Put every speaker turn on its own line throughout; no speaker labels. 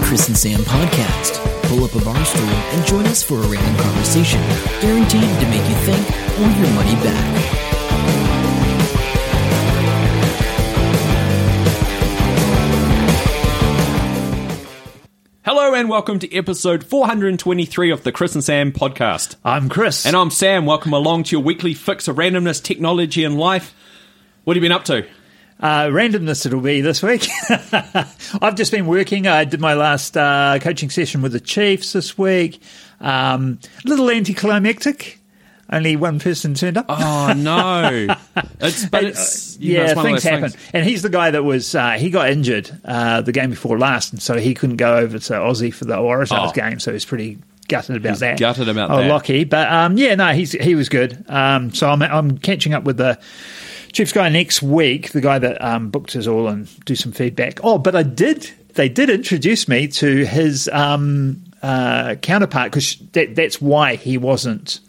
Chris and Sam podcast. Pull up a bar stool and join us for a random conversation, guaranteed to make you think or your money back.
Hello and welcome to episode 423 of the Chris and Sam podcast.
I'm Chris.
And I'm Sam. Welcome along to your weekly fix of randomness, technology, and life. What have you been up to?
uh, randomness it'll be this week. I've just been working. I did my last uh, coaching session with the Chiefs this week. Um, a little anticlimactic. Only one person turned up.
Oh no! It's but it's you know,
yeah,
it's one of
things
those
happen. And he's the guy that was uh, he got injured uh, the game before last, and so he couldn't go over to Aussie for the Waratahs
Oh.
game. So he's pretty gutted about
He's
that.
gutted about
oh,
that.
lucky. But um, yeah, no, he's he was good. Um, so I'm I'm catching up with the. Chiefs guy next week, the guy that um, booked us all and do some feedback. Oh, but I did, they did introduce me to his um, uh, counterpart because that, that's why he wasn't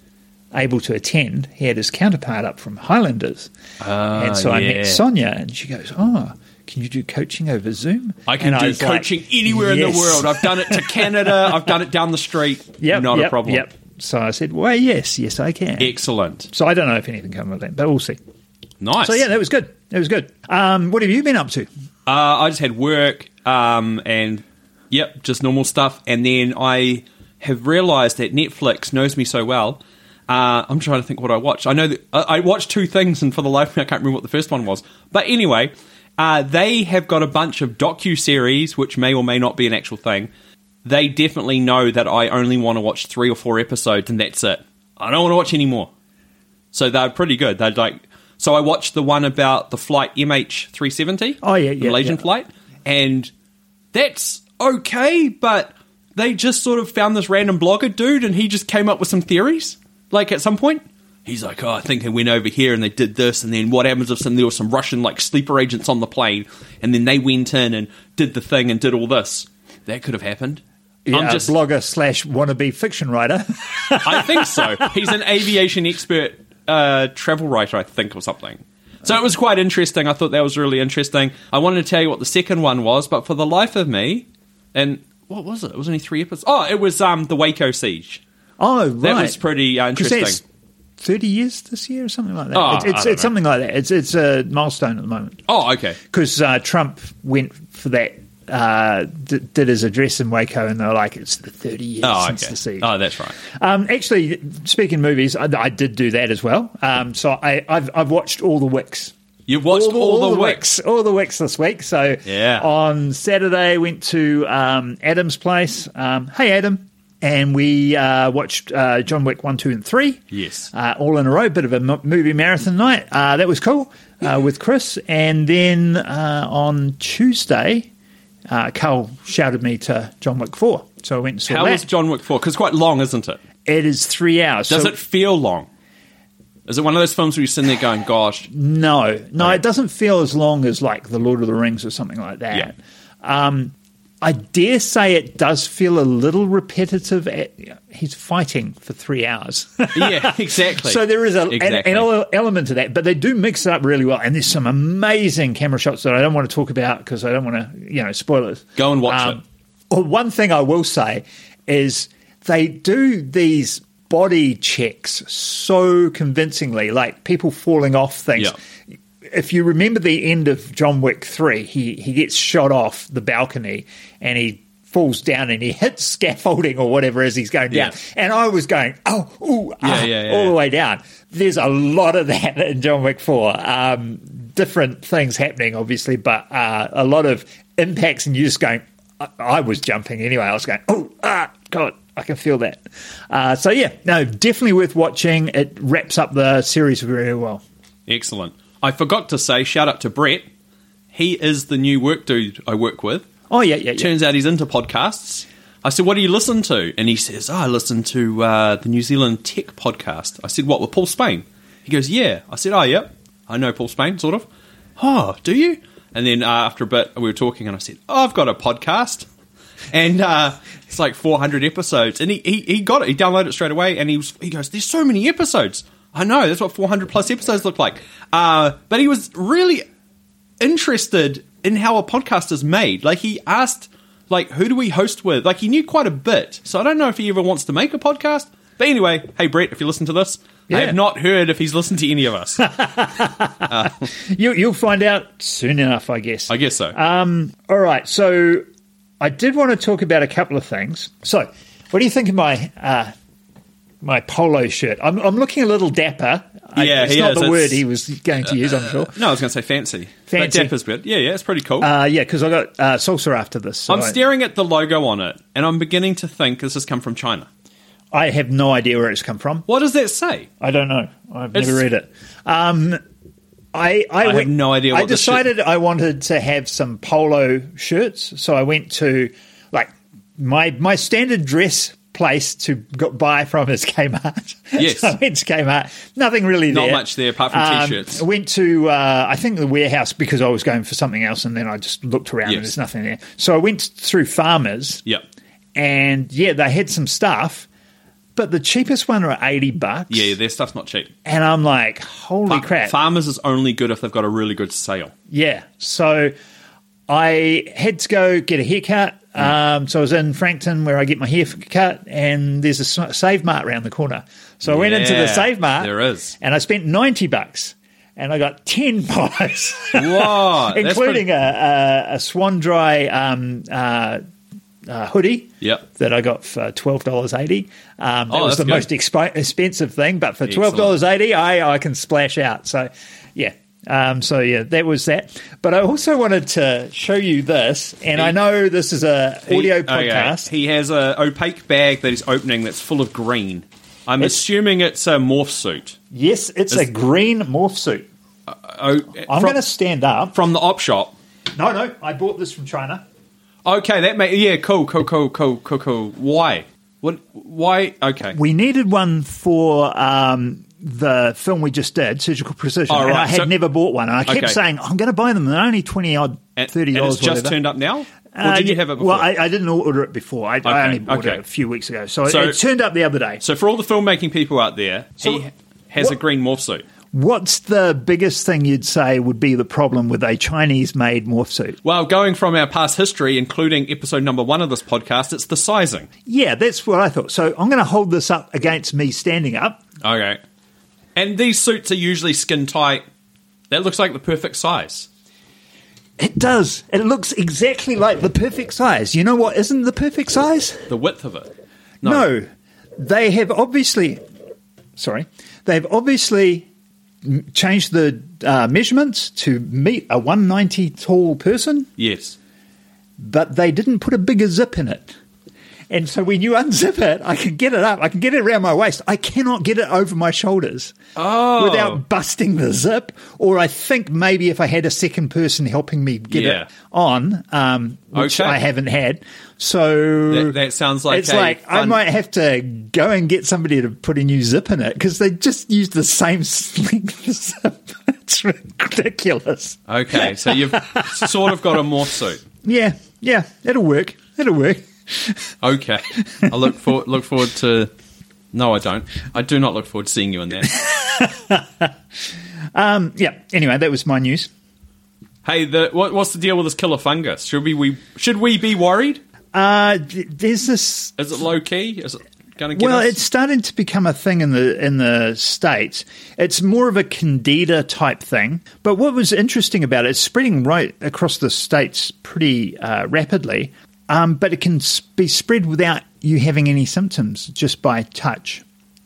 able to attend. He had his counterpart up from Highlanders. and so I
Ah, yeah.
met Sonia and she goes, Oh, can you do coaching over Zoom?
I can
And
do
was like,
coaching anywhere in the
"Yes."
world. I've done it to Canada. I've done it down the street.
Yep,
not
yep,
a problem.
Yep. So I said, Well, yes, yes, I can.
Excellent.
so I don't know if anything comes of that, but we'll see.
Nice.
So yeah, that was good. That was good. Um, what have you been up to?
Uh, I just had work um, and, yep, just normal stuff. And then I have realised that Netflix knows me so well. Uh, I'm trying to think what I watched. I know that I, I watched two things, and for the life of me, I can't remember what the first one was. But anyway, uh, they have got a bunch of docu series, which may or may not be an actual thing. They definitely know that I only want to watch three or four episodes, and that's it. I don't want to watch any more. So they're pretty good. They're like, so I watched the one about the flight MH370.
Oh, yeah,
the
yeah,
Malaysian
yeah.
flight, and that's okay. But they just sort of found this random blogger dude, and he just came up with some theories. Like at some point, he's like, "Oh, I think they went over here and they did this, and then what happens if some there were some Russian like sleeper agents on the plane, and then they went in and did the thing and did all this. That could have happened."
Yeah,
I'm just
a blogger slash wannabe fiction writer.
I think so. He's an aviation expert, uh, travel writer, I think, or something. So it was quite interesting. I thought that was really interesting. I wanted to tell you what the second one was, but for the life of me, and what was it? It was only three episodes. Oh, it was um, the Waco siege.
oh, right.
That was pretty uh,
'Cause
interesting.
that's Thirty years this year or something like that.
Oh,
it's it's,
I don't
it's
know.
something like that. It's it's a milestone at the moment
Oh, okay.
because uh, Trump went for that. Uh, d- did his address in Waco, and they're like, "It's the thirty years
Oh,
since the
okay.
siege."
Oh, that's right.
Um, actually, speaking of movies, I, I did do that as well. Um, so I, I've I've watched all the Wicks.
You've watched all, the,
Wicks.
Wicks.
all the Wicks this week. So
Yeah.
on Saturday went to um, Adam's place. Um, hey Adam, and we uh, watched uh, John Wick one, two, and three.
Yes.
uh, all in a row. Bit of a m- movie marathon night. Uh, that was cool uh, with Chris, and then uh, on Tuesday, uh, Carl shouted me to John Wick four. So I went and saw
How
that.
is John Wick 4? Because quite long, isn't it?
it is three hours.
Does
So-
it feel long? Is it one of those films where you're sitting there going, gosh,
No, no, it doesn't feel as long as like the Lord of the Rings or something like that.
Yeah.
Um, I dare say it does feel a little repetitive. At, he's fighting for three hours,
yeah, exactly.
so there is a, an-
Exactly.
an, ele- element to that. But they do mix it up really well, and there's some amazing camera shots that I don't want to talk about because I don't want to, you know, spoilers.
Go and watch it.
Or oh, one thing I will say is they do these body checks so convincingly, like people falling off things.
Yeah.
If you remember the end of John Wick three, he he gets shot off the balcony and he falls down and he hits scaffolding or whatever as he's going down.
Yeah.
And I was going, oh, ooh, ah,
yeah, yeah,
all
yeah.
the way down. There's a lot of that in John Wick 4. Um, different things happening, obviously, but uh, a lot of impacts and you just going, I, I was jumping anyway. I was going, oh, ah, God, I can feel that. Uh, so, yeah, no, definitely worth watching. It wraps up the series very well.
Excellent. I forgot to say, shout out to Brett. He is the new work dude I work with.
Oh, yeah, yeah, yeah.
Turns out he's into podcasts. I said, What do you listen to? And he says, oh, I listen to uh, the New Zealand Tech podcast. I said, What, with Paul Spain? He goes, Yeah. I said, Oh, yep. I know Paul Spain, sort of. Oh, do you? And then uh, after a bit, we were talking, and I said, Oh, I've got a podcast. And uh, it's like 400 episodes. And he, he, he got it. He downloaded it straight away. And he, was, he goes, There's so many episodes. I know. That's what 400 plus episodes look like. Uh, but he was really interested in how a podcast is made. Like he asked, like, who do we host with? Like, he knew quite a bit. So I don't know if he ever wants to make a podcast. But anyway, hey, Brett, if you listen to this, I
Yeah.
have not heard if he's listened to any of us.
You, you'll find out soon enough, I guess.
I guess so.
Uh, All right. So I did want to talk about a couple of things. So, what do you think of my uh, my polo shirt? I'm, I'm looking a little dapper. I-
Yeah,
it's
he
not
is.
the word
It's-
he was going to use. I'm sure.
no, I was going to say fancy.
Fancy.
But Dapper's good. Yeah, yeah, it's pretty cool.
Uh, yeah, because I got uh, salsa after this. so
I'm
I-
staring at the logo on it, and I'm beginning to think this has come from China.
I have no idea where it's come from.
What does that say?
I don't know. I've
It's-
never read it. Um, I, I,
have
went-
no idea
I
what this shirt-
decided I wanted to have some polo shirts, so I went to like my my standard dress place to go, buy from is Kmart.
Yes.
so I went to Kmart. Nothing really
Not
there.
much there apart from
Um,
t-shirts.
I went to uh, I think the warehouse because I was going for something else, and then I just looked around
Yes.
and there's nothing there. So I went through Farmers.
Yep.
and yeah, they had some stuff. But the cheapest one were eighty bucks.
Yeah, their stuff's not cheap.
And I'm like, holy
Fa-
crap.
Farmers is only good if they've got a really good sale.
Yeah. So I had to go get a haircut. Um, so I was in Frankton where I get my hair f- cut, and there's a s- Save Mart around the corner. So I went into
Yeah,
the Save Mart.
there is.
And I spent 90 bucks, and I got 10 pies.
Whoa, that's
including
pretty-
a, a, a Swan Dry um, uh, uh, hoodie.
Yep.
That I got for twelve dollars eighty. Um, that
Oh, that's
was the
good.
most expi expensive thing, but for
Excellent.
twelve dollars eighty, I I can splash out. So, yeah. Um, so yeah, that was that. But I also wanted to show you this, and I know this is a audio
He- okay,
podcast.
He has a opaque bag that he's opening that's full of green. I'm assuming it's a morph suit.
yes, it's a green morph suit.
Oh,
I'm
from,
going to stand up.
from the op shop.
No, no, I bought this from China.
Okay, that may yeah, cool, cool, cool, cool, cool, cool. Why? What? Why? Okay.
We needed one for um, the film we just did, Surgical Precision,
Oh,
and
right,
I had
so-
never bought one. And I kept
Okay.
saying I'm going to buy them. They're only twenty odd,
And-
thirty
and
dollars. Uh,
it's just turned up now. Or did you have it before?
Well, I, I didn't order it before. I,
Okay,
I only ordered
okay.
it a few weeks ago, so,
So-
it turned up the other day.
so for all the filmmaking people out there,
So-
he has a
what-
green morph suit.
What's the biggest thing you'd say would be the problem with a Chinese-made morph suit?
Well, going from our past history, including episode number one of this podcast, it's the sizing.
Yeah, that's what I thought. So I'm going to hold this up against me standing up.
Okay. And these suits are usually skin tight. That looks like the perfect size.
It does. It looks exactly like the perfect size. You know what isn't the perfect size?
The width of it.
No. they have obviously. Sorry, they've obviously m- changed the uh, measurements to meet a 190 tall person,
Yes.
but they didn't put a bigger zip in it. And so when you unzip it, I can get it up. I can get it around my waist. I cannot get it over my shoulders
Oh.
without busting the zip. Or I think maybe if I had a second person helping me get
Yeah.
it on, um, which
Okay.
I haven't had. So
That- that sounds like
it's
a
like I
fun-
might have to go and get somebody to put a new zip in it because they just used the same length of zip. it's ridiculous.
Okay, so you've sort of got a morph suit.
Yeah, yeah, it'll work. It'll work.
Okay. I look for look forward to No, I don't. I do not look forward to seeing you in there.
Yeah. Anyway, that was my news.
Hey, the, what, what's the deal with this killer fungus? Should we, we should we be worried?
Uh, th- there's this
Is it low key? Is it going to get
well,
us?
it's starting to become a thing in the in the states. It's more of a candida type thing. But what was interesting about it, it's spreading right across the states pretty uh, rapidly. Um, but it can s- be spread without you having any symptoms, just by touch.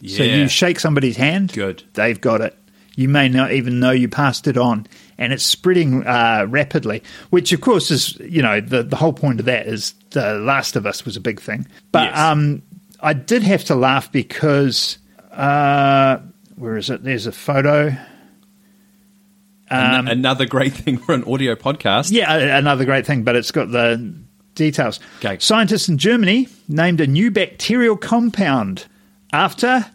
So
Yeah.
you shake somebody's hand,
Good.
They've got it. You may not even know you passed it on, and it's spreading uh, rapidly. Which, of course, is you know the the whole point of that is the Last of Us was a big thing, but
Yes.
um, I did have to laugh because uh, where is it? There's a photo.
An- another great thing for an audio podcast.
um, Yeah, a- another great thing, but it's got the details.
Okay.
Scientists in Germany named a new bacterial compound after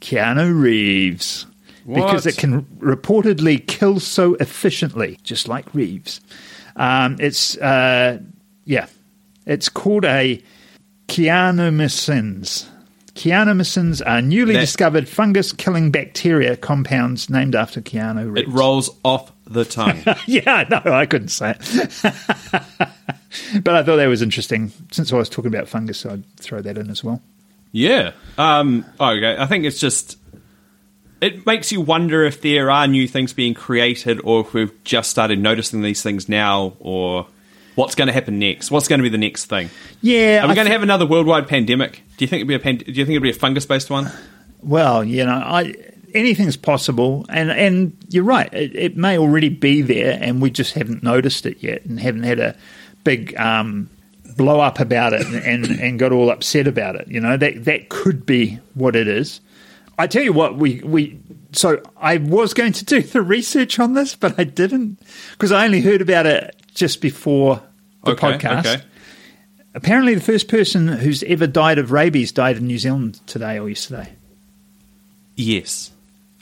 Keanu Reeves because
What?
it can reportedly kill so efficiently, just like Reeves. Um, it's uh, yeah, it's called a Keanomycins. Keanomycins are newly
That-
discovered fungus-killing bacteria compounds named after Keanu Reeves.
It rolls off the tongue.
Yeah, no, I couldn't say it. but I thought that was interesting. Since I was talking about fungus, so I'd throw that in as well.
Yeah. Um, okay. I think it's just it makes you wonder if there are new things being created, or if we've just started noticing these things now, or what's going to happen next. What's going to be the next thing?
Yeah,
Are we
I
going to
thi-
have another worldwide pandemic? Do you think it'd be a pand- Do you think it'd be a fungus based one?
Well, you know, I anything's possible, and and you're right. It, it may already be there, and we just haven't noticed it yet, and haven't had a big um, blow up about it, and, and and got all upset about it. You know, that that could be what it is. I tell you what, we we. So I was going to do the research on this, but I didn't because I only heard about it just before the
Okay,
podcast.
okay.
Apparently, the first person who's ever died of rabies died in New Zealand today or yesterday.
Yes.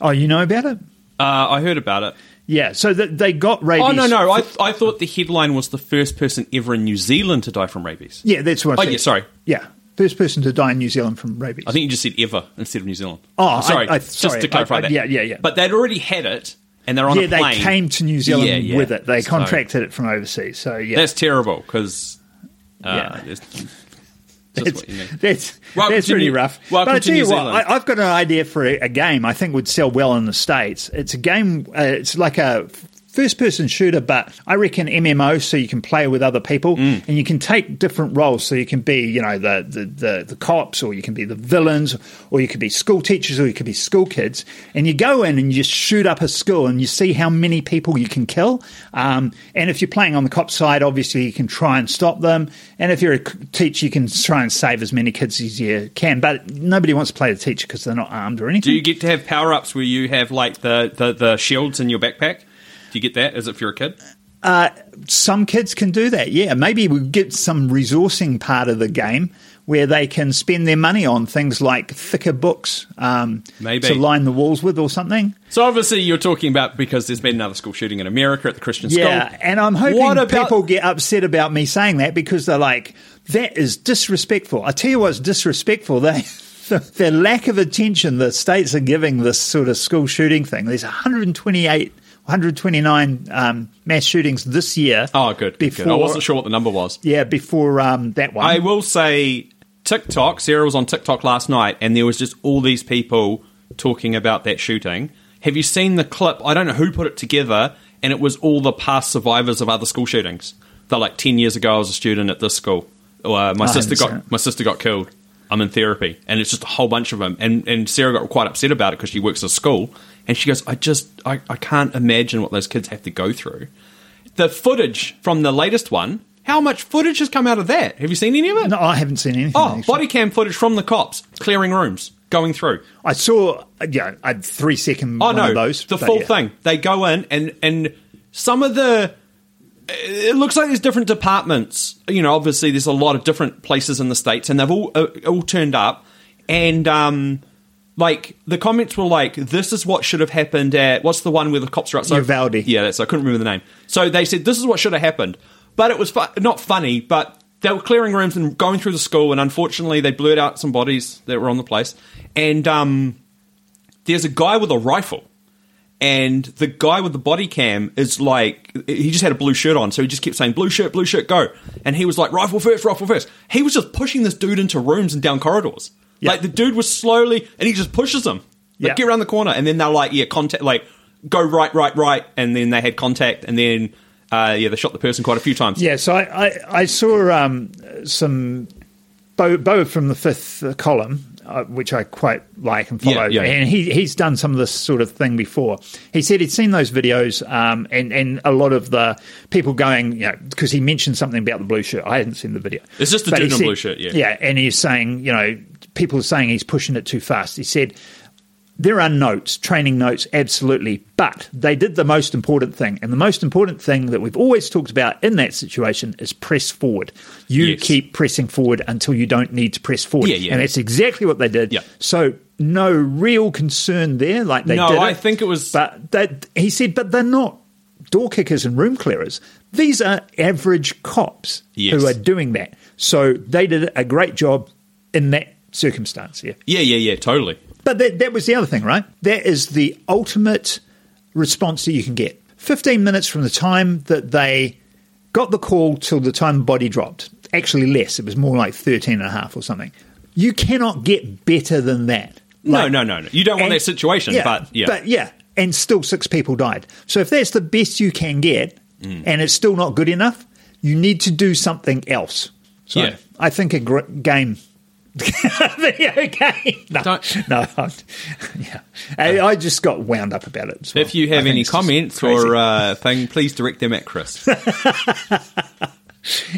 Oh, you know about it?
Uh, I heard about it.
Yeah. So that they got rabies.
Oh no no! I, I thought the headline was the first person ever in New Zealand to die from rabies.
yeah, that's what. I
Oh,
said.
yeah, sorry.
Yeah, first person to die in New Zealand from rabies.
I think you just said ever instead of New Zealand.
Oh,
I'm sorry.
I- I-
Just
sorry.
to clarify
I- I-
that.
yeah, yeah, yeah.
But they'd already had it, and they're on
yeah,
a plane.
they came to New Zealand
Yeah, yeah.
with it. They
So-
contracted it from overseas. So yeah,
That's terrible because.
Yeah.
Uh, it's Just
that's
what you need.
that's,
Welcome
that's
to
pretty
New-
rough.
welcome
but I
to
tell
New
you what,
Zealand.
I, I've got an idea for a, a game I think would sell well in the states. It's a game. Uh, it's like a first-person shooter, but I reckon MMO, so you can play with other people
Mm.
and you can take different roles. So you can be, you know, the the the, the cops, or you can be the villains, or you could be school teachers, or you could be school kids. And you go in and you just shoot up a school, and you see how many people you can kill. Um, and if you're playing on the cop side, obviously you can try and stop them. And if you're a c- teacher, you can try and save as many kids as you can. But nobody wants to play the teacher because they're not armed or anything.
Do you get to have power ups where you have like the, the, the shields in your backpack? Do you get that as if you're a kid?
some kids can do that. Yeah, maybe we get some resourcing part of the game where they can spend their money on things like thicker books um,
Maybe.
to line the walls with or something.
So obviously you're talking about because there's been another school shooting in America at the Christian
Yeah,
school.
and I'm hoping
What about-
people get upset about me saying that because they're like, that is disrespectful. I tell you what's disrespectful. They. The, the lack of attention the states are giving this sort of school shooting thing. There's 128, 129 um, mass shootings this year.
Oh, good. good, good. I
Before-
wasn't sure what the number was.
Yeah, before um, that one.
I will say TikTok. Sarah was on TikTok last night, and there was just all these people talking about that shooting. Have you seen the clip? I don't know who put it together, and it was all the past survivors of other school shootings. They're like ten years ago, I was a student at this school. Or, uh, my
haven't
sister
seen it.
got my sister got killed. I'm in therapy, and it's just a whole bunch of them. And and Sarah got quite upset about it because she works at a school, and she goes, "I just I, I can't imagine what those kids have to go through." The footage from the latest one. How much footage has come out of that? Have you seen any of it?
No, I haven't seen anything.
Oh,
actually.
body cam footage from the cops clearing rooms, going through.
I saw, uh, yeah, a three second
Oh
one
no,
of those.
the
but
full
yeah.
thing. They go in and and some of the. It looks like there's different departments. You know, obviously there's a lot of different places in the states, and they've all uh, all turned up, and um, like the comments were like, "This is what should have happened at what's the one where the cops are outside."
Uvalde.
Yeah, that's I couldn't remember the name. So they said this is what should have happened, but it was fu- not funny. But they were clearing rooms and going through the school, and unfortunately they blurred out some bodies that were on the place, and um there's a guy with a rifle and the guy with the body cam is like he just had a blue shirt on so he just kept saying blue shirt blue shirt go and he was like rifle first rifle first he was just pushing this dude into rooms and down corridors
Yeah.
like the dude was slowly and he just pushes him like
Yeah.
get around the corner and then they're like yeah contact like go right right right and then they had contact and then uh, yeah they shot the person quite a few times
Yeah, so I, I, I saw um, some Bo, Bo from the fifth uh, column, uh, which I quite like and follow.
Yeah, yeah.
And he, he's done some of this sort of thing before. He said he'd seen those videos um, and, and a lot of the people going, you know, because he mentioned something about the blue shirt. I hadn't seen the video.
It's just the
But he
dude in a
said-
blue shirt, yeah.
Yeah, and he's saying, you know, people are saying he's pushing it too fast. He said, there are notes, training notes, absolutely, but they did the most important thing. And the most important thing that we've always talked about in that situation is press forward. You
Yes.
keep pressing forward until you don't need to press forward.
Yeah, yeah.
And that's exactly what they did.
Yeah.
So no real concern there. Like they
No,
did.
I think it was-
But that he said, but they're not door kickers and room clearers. These are average cops
Yes.
who are doing that. So they did a great job in that circumstance. Yeah.
yeah yeah yeah totally
But that, that was the other thing, right? That is the ultimate response that you can get. 15 minutes from the time that they got the call till the time the body dropped. Actually, less. It was more like 13 and a half or something. You cannot get better than that.
No,
Like-
no, no, no. You don't want
and-
that situation,
yeah,
but yeah.
But yeah, and still six people died. So if that's the best you can get
Mm.
and it's still not good enough, you need to do something else. So
Yeah.
I think a gr- game. video game. No,
Don't-
no I'm- yeah. I, I just got wound up about it. as well.
if you
I
have
think
any
it's just
comments
crazy.
or uh, thing, please direct them at Chris.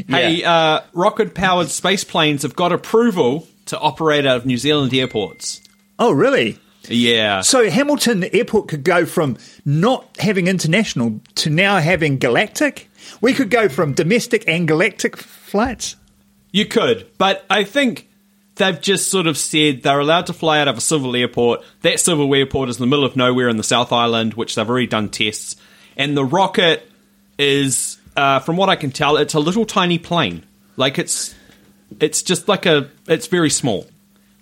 Hey, uh, rocket powered space planes have got approval to operate out of New Zealand airports.
oh, really?
Yeah.
So Hamilton Airport could go from not having international to now having galactic. We could go from domestic and galactic flights.
You could, but I think they've just sort of said they're allowed to fly out of a civil airport. That civil airport is in the middle of nowhere in the South Island, which they've already done tests. And the rocket is, uh, from what I can tell, it's a little tiny plane. Like it's, it's just like a, it's very small.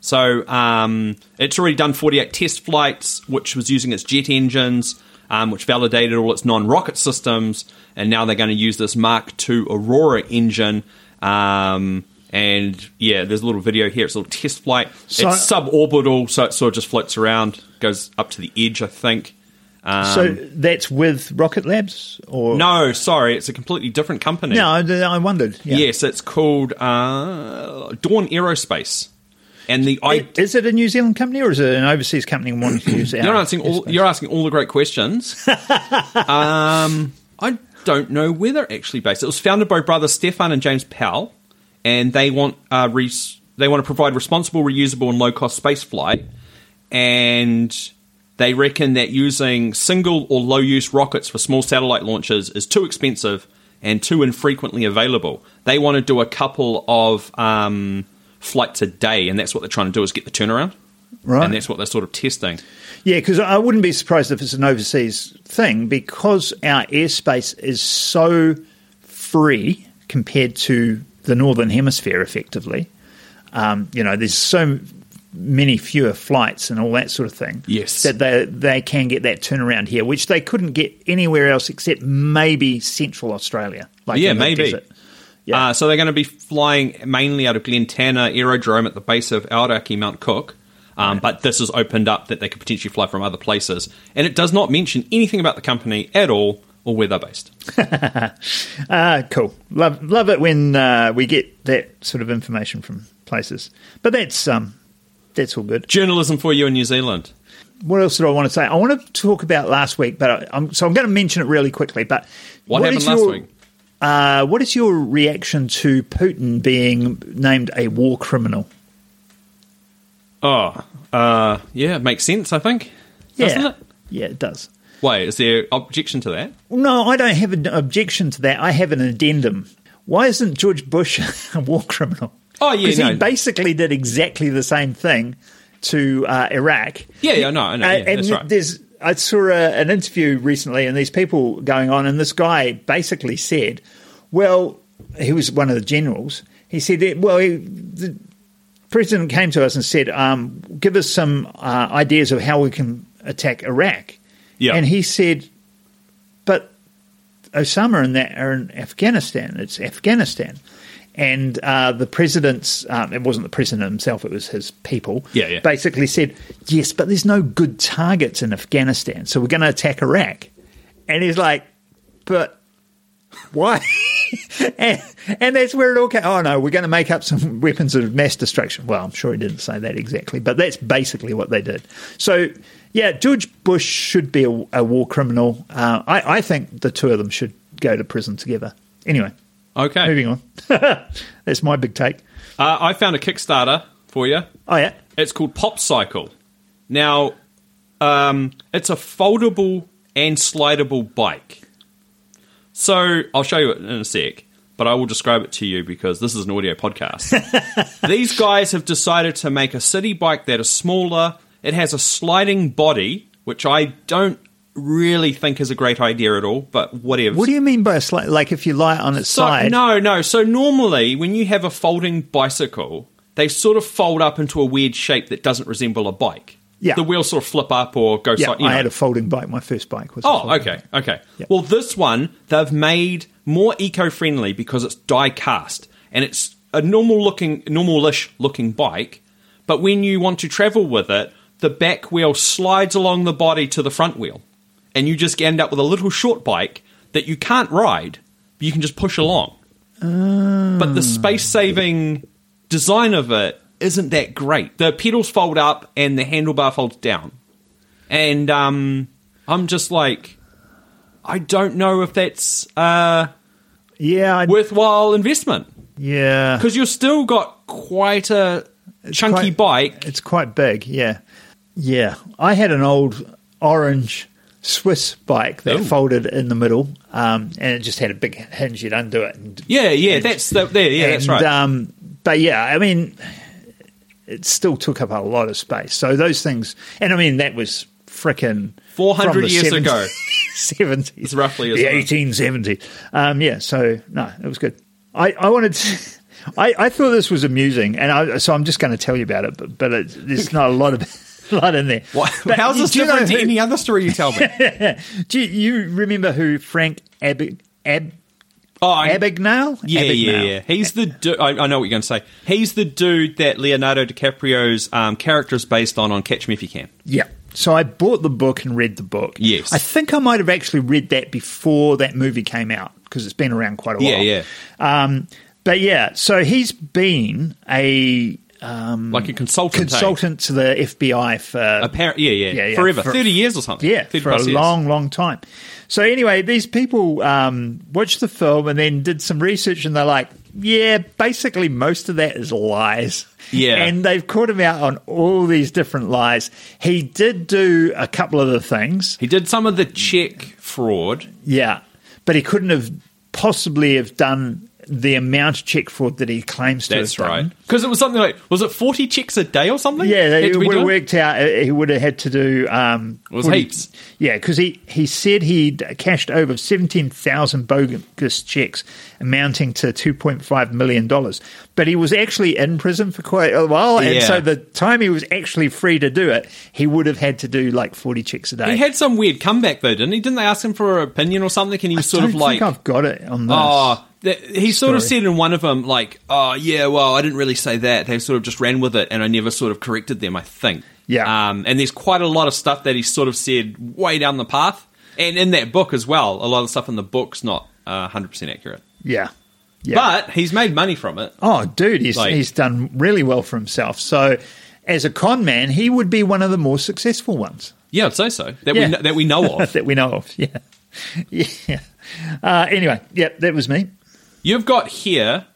So um, it's already done 48 test flights, which was using its jet engines, um, which validated all its non rocket systems. And now they're going to use this Mark II Aurora engine. Um, and yeah, there's a little video here. It's a little test flight.
So-
it's suborbital, so it sort of just floats around, goes up to the edge, I think.
so that's with Rocket Labs, or
No, sorry, it's a completely different company.
No, I, I wondered. Yeah.
Yes, it's called uh, Dawn Aerospace. And the I,
I- is it a New Zealand company or is it an overseas company wanting to use our?
You're asking all.
airspace?
You're asking all the great questions. um, I don't know where they're actually based. It was founded by brothers Stefan and James Powell, and they want uh, res- they want to provide responsible, reusable, and low cost space flight. And they reckon that using single or low use rockets for small satellite launches is too expensive and too infrequently available. They want to do a couple of um, flights a day, and that's what they're trying to do is get the turnaround.
Right.
And that's what they're sort of testing.
Yeah, because I wouldn't be surprised if it's an overseas thing because our airspace is so free compared to the northern hemisphere. Effectively, um, you know, there's so many fewer flights and all that sort of thing.
Yes.
that they they can get that turnaround here, which they couldn't get anywhere else except maybe Central Australia. Like
Yeah,
in the
maybe.
desert. Yeah.
Uh, so they're going to be flying mainly out of Glentana Aerodrome at the base of Aoraki, Mount Cook. Um, But this has opened up that they could potentially fly from other places. And it does not mention anything about the company at all or where they're based.
Ah, cool. Love love it when uh, we get that sort of information from places. But that's um, that's all good.
Journalism for you in New Zealand.
What else did I want to say? I want to talk about last week, but I- I'm so I'm going to mention it really quickly. But
What happened
is
last
your-
week?
Uh, what is your reaction to Putin being named a war criminal?
Oh, uh, yeah, it makes sense, I think. Doesn't
yeah,
it?
yeah, it does.
Why? Is there objection to that?
No, I don't have an objection to that. I have an addendum. Why isn't George Bush a war criminal?
Oh, yeah,
'Cause
no.
he basically did exactly the same thing to uh, Iraq.
Yeah, yeah, I know, I know,
Uh,
yeah,
and
that's right.
there's, I saw a, an interview recently, and these people going on, and this guy basically said, "Well, he was one of the generals." He said, that- "Well, he, the president came to us and said, um, give us some uh, ideas of how we can attack Iraq.'"
Yeah.
and he said, "But Osama and that are in Afghanistan. It's Afghanistan. And uh, the president's, um, it wasn't the president himself, it was his people,
Yeah, yeah.
basically said, yes, but there's no good targets in Afghanistan, so we're going to attack Iraq. And he's like, but why? and, and that's where it all came. Oh, no, we're going to make up some weapons of mass destruction. Well, I'm sure he didn't say that exactly, but that's basically what they did. So, yeah, George Bush should be a, a war criminal. Uh, I, I think the two of them should go to prison together. Anyway,
Okay.
moving on. that's my big take.
Uh, I found a Kickstarter for you.
Oh, yeah.
It's called Pop Cycle. Now, um, it's a foldable and slidable bike. So I'll show you it in a sec, but I will describe it to you because this is an audio podcast. These guys have decided to make a city bike that is smaller. It has a sliding body, which I don't really think is a great idea at all, but whatever.
What do you mean by a slight, like if you lie on its
So-
side?
No, no. So normally, when you have a folding bicycle, they sort of fold up into a weird shape that doesn't resemble a bike.
Yeah.
the wheels sort of flip up or go.
Yeah,
side, you
I
know.
had a folding bike. My first bike was. a
Oh,
folding
okay,
bike.
okay.
Yeah.
Well, this one they've made more eco-friendly because it's die-cast and it's a normal-looking, normal-ish looking bike. But when you want to travel with it, the back wheel slides along the body to the front wheel, and you just end up with a little short bike that you can't ride, but you can just push along. But the space-saving design of it isn't that great. The pedals fold up and the handlebar folds down, and um, I'm just like, I don't know if that's uh,
Yeah, I,
worthwhile investment
yeah.
because you've still got quite a
It's
chunky
quite-
bike.
It's quite big, yeah. Yeah. I had an old orange Swiss bike that
Ooh.
folded in the middle um, and it just had a big hinge. You'd undo it. And,
Yeah, yeah, that's the, there. Yeah, that's
and,
right.
Um, but yeah, I mean, it still took up a lot of space. So those things, and I mean, that was frickin'
400
from the
years
70s
ago.
70s.
It's roughly as
the
well.
1870s. Um, yeah, so no, it was good. I, I wanted to. I, I thought this was amusing, and I, so I'm just going to tell you about it. But, but it, there's not a lot of a lot in there.
Why-
But
How's this
do you know
different to
who-
any other story you tell me?
Do you, you remember who Frank Ab, Ab,
Oh, I-
Abagnale?
yeah, yeah,
Abagnale.
yeah. He's the du- I, I know what you're going to say. He's the dude that Leonardo DiCaprio's um, character is based on on Catch Me If You Can.
Yeah. So I bought the book and read the book.
Yes.
I think I might have actually read that before that movie came out because it's been around quite a
Yeah,
while.
yeah.
Um, but yeah, so he's been a Hmm.
Like a consultant. eh?
consultant to the FBI for
Appar- yeah, yeah,
Yeah, yeah,
Forever.
for-
30 years or something.
yeah
30
for a
plus years.
long, long time. So anyway, these people um, watched the film and then did some research, and they're like, "Yeah, basically most of that is lies."
Yeah.
and they've caught him out on all these different lies. He did do a couple of the things,
He did some of the check fraud.
yeah, but he couldn't have possibly have done the amount of check fraud that he claims to
That's
have done.
right. Because it was something like, was it 40 checks a day or something?
Yeah,
Had
they
to be
would
done?
have worked out. uh, He would have had to do. Um,
It was
40
heaps.
Yeah, because he, he said he'd cashed over 17,000 bogus checks amounting to $2.5 million. But he was actually in prison for quite a while. And
Yeah.
so the time he was actually free to do it, he would have had to do like 40 checks a day.
He had some weird comeback though, didn't he? Didn't they ask him for an opinion or something? And he
I
was sort
don't
of like,
think I've got it on this.
"Oh." That, he sort of
Story.
said in one of them, like, "Oh yeah, well, I didn't really say that." They sort of just ran with it, and I never sort of corrected them. I think.
Yeah.
Um, and there's quite a lot of stuff that he sort of said way down the path, and in that book as well. A lot of stuff in the book's not uh, hundred percent accurate,
yeah. Yeah.
but he's made money from it.
Oh, dude, he's,
Like-
he's done really well for himself. So as a con man, he would be one of the more successful ones.
Yeah, I'd say so. That
Yeah.
we kn- that we know of.
that we know of. Yeah, yeah. Uh, anyway, yeah, that was me.
You've got here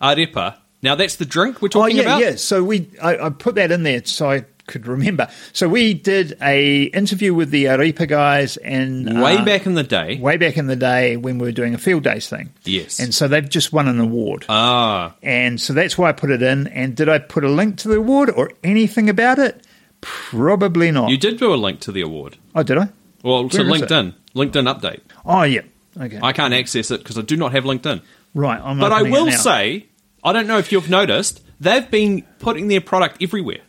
arepa. Now that's the drink we're
Oh
talking
yeah,
about.
yeah. So we, I, I put that in there so I could remember. So we did a interview with the Arepa guys and
Way
uh,
back in the day.
way back in the day when we were doing a field days thing.
Yes.
and so they've just won an award,
ah.
and so that's why I put it in. And did I put a link to the award or anything about it? Probably not.
You did do a link to the award.
oh, did I?
Well, to
Where is it?
LinkedIn. LinkedIn update.
Oh yeah. Okay.
I can't access it because I do not have LinkedIn.
right. I'm
But I
opening it
will
Oh, now.
say, I don't know if you've noticed, they've been putting their product everywhere.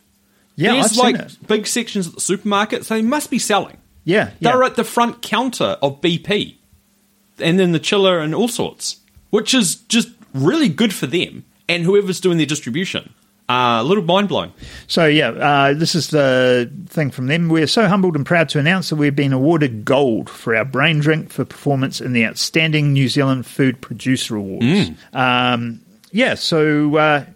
yeah,
There's
I've seen
like
it.
big sections at the supermarket, so they must be selling.
Yeah, yeah.
They're at the front counter of BP and then the chiller and all sorts, which is just really good for them and whoever's doing their distribution. Uh, a little mind blowing.
So yeah, uh, this is the thing from them. We're so humbled and proud to announce that we've been awarded gold for our brain drink for performance in the Outstanding New Zealand Food Producer Awards.
Mm.
Um, yeah, so uh,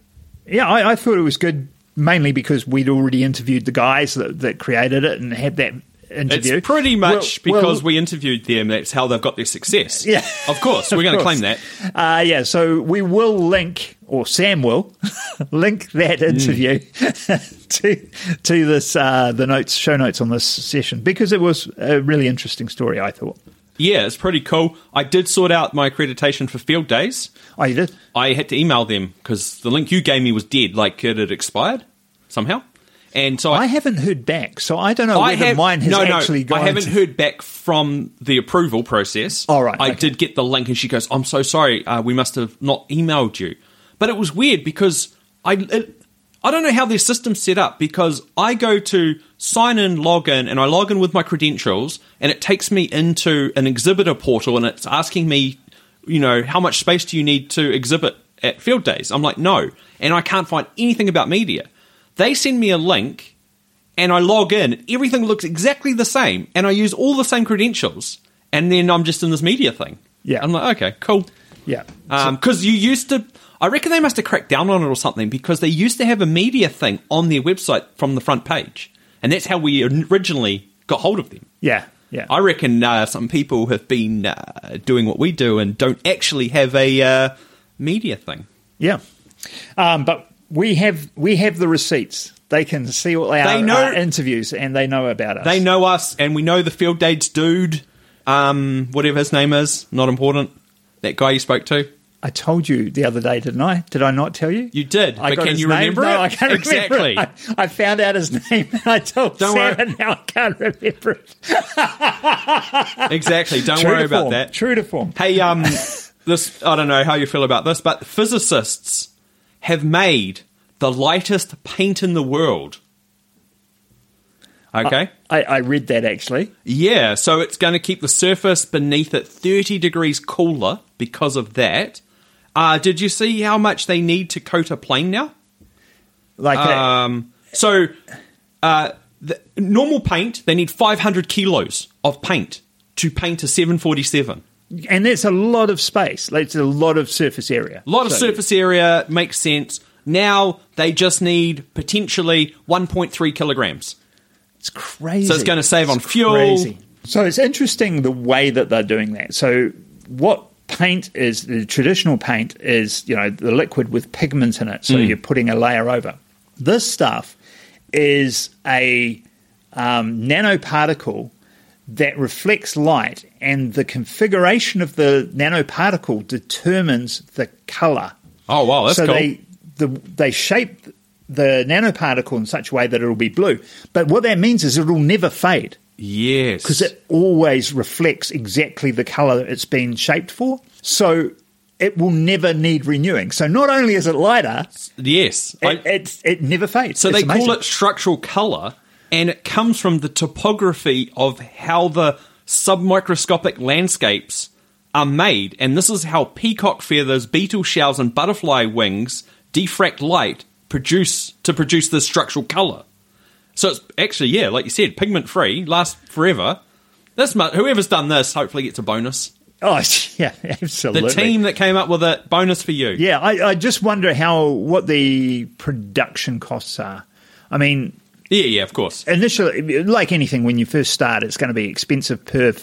yeah, I, I thought it was good mainly because we'd already interviewed the guys that, that created it and had that interview.
It's pretty much
Well- well-
because we interviewed them, that's how they've got their success.
Yeah.
Of course, we're going to
course.
claim that.
Uh, yeah, so we will link, or Sam will link that interview
Mm.
to to this uh, the notes show notes on this session because it was a really interesting story. I thought.
Yeah, it's pretty cool. I did sort out my accreditation for field days.
Oh, you did?
I had to email them because the link you gave me was dead, like it had expired somehow. And so
I
I,
haven't heard back, so I don't know whether mine has
no, no,
actually gone.
I haven't
to-
heard back from the approval process.
All right,
I
okay.
did get the link, and she goes, "I'm so sorry, uh, we must have not emailed you." But it was weird because I, it, I don't know how their system's set up because I go to sign in, log in, and I log in with my credentials, and it takes me into an exhibitor portal, and it's asking me, you know, how much space do you need to exhibit at field days? I'm like, no, and I can't find anything about media. They send me a link, and I log in. Everything looks exactly the same, and I use all the same credentials, and then I'm just in this media thing.
Yeah.
I'm like, okay, cool.
Yeah.
Because you used to, I reckon they must have cracked down on it or something because they used to have a media thing on their website from the front page. And that's how we originally got hold of them.
yeah. Yeah.
I reckon uh, some people have been uh, doing what we do and don't actually have a uh, media thing.
Yeah, um, but we have we have the receipts. They can see what they,
They
are
know-
our uh, interviews, and they know about us.
They know us and we know the field dates dude, um, whatever his name is, not important. That guy you spoke to.
I told you the other day, didn't I? Did I not tell you?
You did,
I
but
got
can
his
you
name.
remember
no,
it?
I can't
Exactly.
remember it. I, I found out his name and I told
Don't
Sarah
worry.
now I can't remember it.
Exactly. Don't
True
worry
to
about
form.
that.
True to form.
Hey, um, this I don't know how you feel about this, but physicists have made the lightest paint in the world. Okay.
I, I read that actually.
yeah, so it's going to keep the surface beneath it 30 degrees cooler because of that. Uh, did you see how much they need to coat a plane now?
Like that.
Um, so, uh, the, normal paint, they need 500 kilos of paint to paint a 747.
and that's a lot of space. Like, It's a lot of surface area.
A lot of
So-
surface area makes sense. Now they just need potentially 1.3 kilograms.
It's crazy.
So it's gonna save on fuel.
So it's interesting the way that they're doing that. So what paint is the traditional paint is you know the liquid with pigment in it.
Hmm.
So you're putting a layer over. This stuff is a um, nanoparticle that reflects light, and the configuration of the nanoparticle determines the color
Oh wow, that's
so
cool.
they the, they shape the nanoparticle in such a way that it'll be blue. But what that means is it'll never fade
yes,
because it always reflects exactly the color it's been shaped for. So it will never need renewing. So not only is it lighter,
yes. I-
it, it's, it never fades.
so
It's
they call
amazing.
it structural color, and it comes from the topography of how the submicroscopic landscapes are made. And this is how peacock feathers, beetle shells, and butterfly wings diffract light produce to produce this structural color. So it's actually, yeah, like you said, pigment free, lasts forever. This mu- whoever's done this hopefully gets a bonus.
Oh yeah,
The
absolutely.
team that came up with it, bonus for you.
Yeah, I, I just wonder how what the production costs are. I mean,
yeah, yeah, of course.
initially, like anything, when you first start, it's going to be expensive per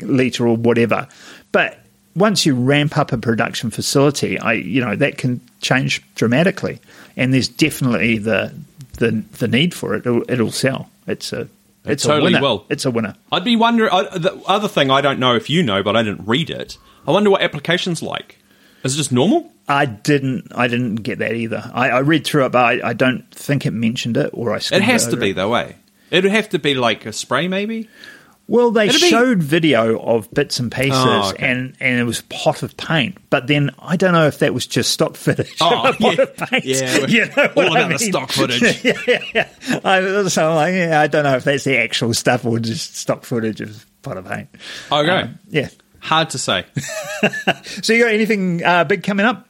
liter or whatever. But once you ramp up a production facility, I you know that can change dramatically, and there's definitely the the, the need for it. It'll, it'll sell. It's a it's
totally
a winner.
will.
It's a winner.
I'd be wondering. I, the other thing I don't know if you know, but I didn't read it. I wonder what applications like. Is it just normal?
I didn't. I didn't get that either. I, I read through it, but I, I don't think it mentioned it, or I.
It
skimmed
has to
over
be
it.
though, eh? It'd have to be like a spray, maybe.
Well, they
It'd be-
showed video of bits and pieces,
Oh, okay.
and, and it was a pot of paint. But then I don't know if that was just stock footage.
Oh,
of a pot
yeah.
of paint.
Yeah,
you know
all
what I
about the
mean?
stock footage.
yeah, yeah, yeah. I, was- so I'm like, yeah, I don't know if that's the actual stuff or just stock footage of pot of paint.
Okay,
Um, yeah.
hard to say.
So you got anything uh, big coming up?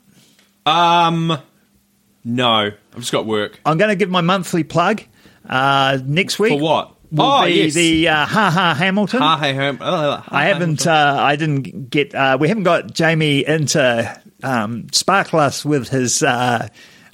no, I've just got work.
I'm going to give my monthly plug uh, next week.
For what?
Will
Oh,
be
yes.
the uh, Ha Ha Hamilton.
Ah, hey, hum, uh,
I haven't. Uh, I didn't get. Uh, we haven't got Jamie into um, Sparklus with his uh,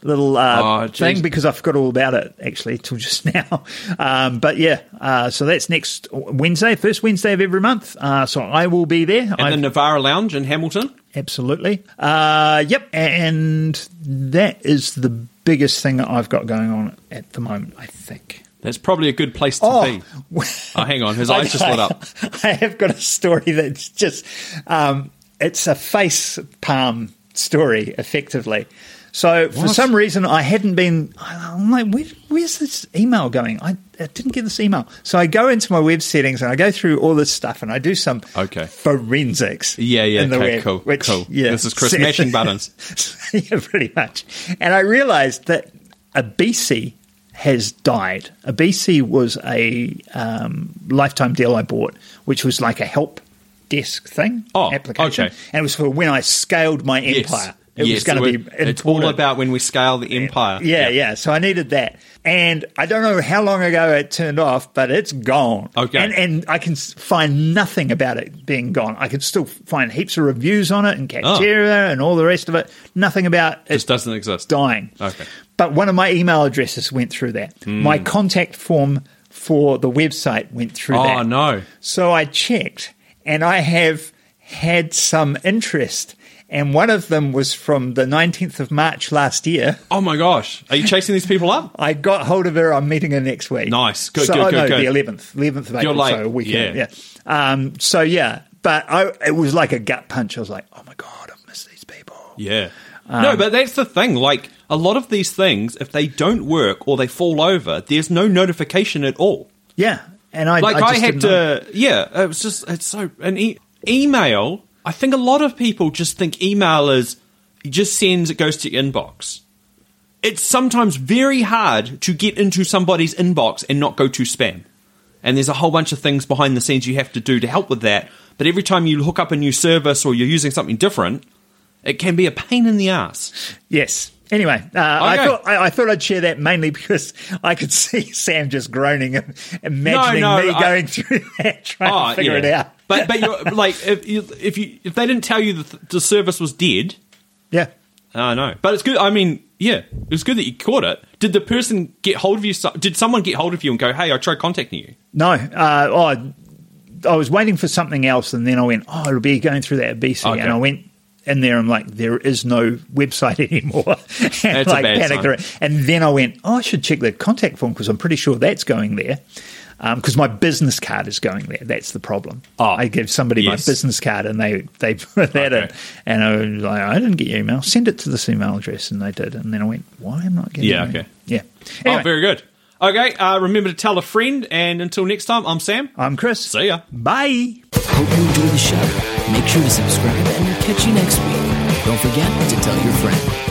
little uh,
Oh, geez.
thing because I forgot all about it actually till just now. Um, but yeah, uh, so that's next Wednesday, first Wednesday of every month. Uh, so I will be there.
At
I-
the Navara Lounge in Hamilton.
absolutely. Uh, yep, and that is the biggest thing that I've got going on at the moment. I think.
That's probably a good place to be. Oh, hang on, his eyes just lit up.
Oh. I have got a story that's just um, it's a face palm story, effectively. So for some reason, I hadn't been. I'm like, Where, where's this email going? I, I didn't get this email. So I go into my web settings and I go through all this stuff and I do some
Okay.
forensics.
Yeah, yeah,
in the
okay,
web,
cool,
which,
cool.
Yeah,
This is Chris mashing buttons.
yeah, pretty much. And I realized that a BC has died. A BC was a um, lifetime deal I bought, which was like a help desk thing
Oh,
application,
okay.
and it was for when I scaled my empire.
Yes.
It
yes,
was going to
we're-
be
It's all
important.
about when we scale the empire.
Yeah, yeah. So I needed that, and I don't know how long ago it turned off, but it's gone.
Okay.
and and I can s- find nothing about it being gone. I can still find heaps of reviews on it and Cacteria and all the rest of it. Nothing about it
Oh. Just doesn't exist.
dying.
Okay. Hmm.
but one of my email addresses went through that. My contact form for the website went through.
Oh,
that.
no.
So I checked, and I have had some interest. And one of them was from the 19th of March last year.
Oh my gosh. Are you chasing these people up?
I got hold of her. I'm meeting her next week.
Nice. Good,
So,
good,
oh,
good,
no,
good.
The eleventh, eleventh of April.
like-
so a weekend.
yeah.
Yeah. Um, so yeah, but I, it was like a gut punch. I was like, oh my god, I've missed these people.
Yeah. no, but that's the thing. Like, a lot of these things, if they don't work or they fall over, there's no notification at all.
Yeah. And I
like
I,
I,
just
had
didn't know.
to. Yeah, it was just it's so an e- email. I think a lot of people just think email is you just sends it goes to your inbox. It's sometimes very hard to get into somebody's inbox and not go to spam. And there's a whole bunch of things behind the scenes you have to do to help with that. But every time you hook up a new service or you're using something different, it can be a pain in the ass.
Yes. Anyway, uh, I
Okay.
thought I, I thought I'd share that mainly because I could see Sam just groaning, and imagining
No, no,
me
I- Ah,
going through that trying to figure it out.
But but you're, like if you, if you if they didn't tell you that th- the service was dead,
Yeah.
Ah, I know, but it's good. I mean, yeah, it was good that you caught it. Did the person get hold of you? so- Did someone get hold of you and go, "Hey, I tried contacting you"?
No. Uh, oh, I- I was waiting for something else, and then I went, oh, it'll be going through that BC.
Okay.
And I went in there, I'm like, there is no website anymore. and
That's a
like,
bad
panicked
sign.
around. And then I went, oh, I should check the contact form because I'm pretty sure that's going there. Because my business card is going there. That's the problem.
Oh,
I give somebody
yes.
my business card and they, they put that
Okay.
in. And I was like, I didn't get your email. Send it to this email address. And they did. And then I went, why am I not getting
Yeah,
it?
okay.
Yeah.
Oh,
Anyway,
very good. Okay, uh, remember to tell a friend. And until next time, I'm Sam.
I'm Chris.
See ya.
Bye.
Hope you enjoy the show. Make sure to subscribe and we'll catch you next week. Don't forget to tell your friend.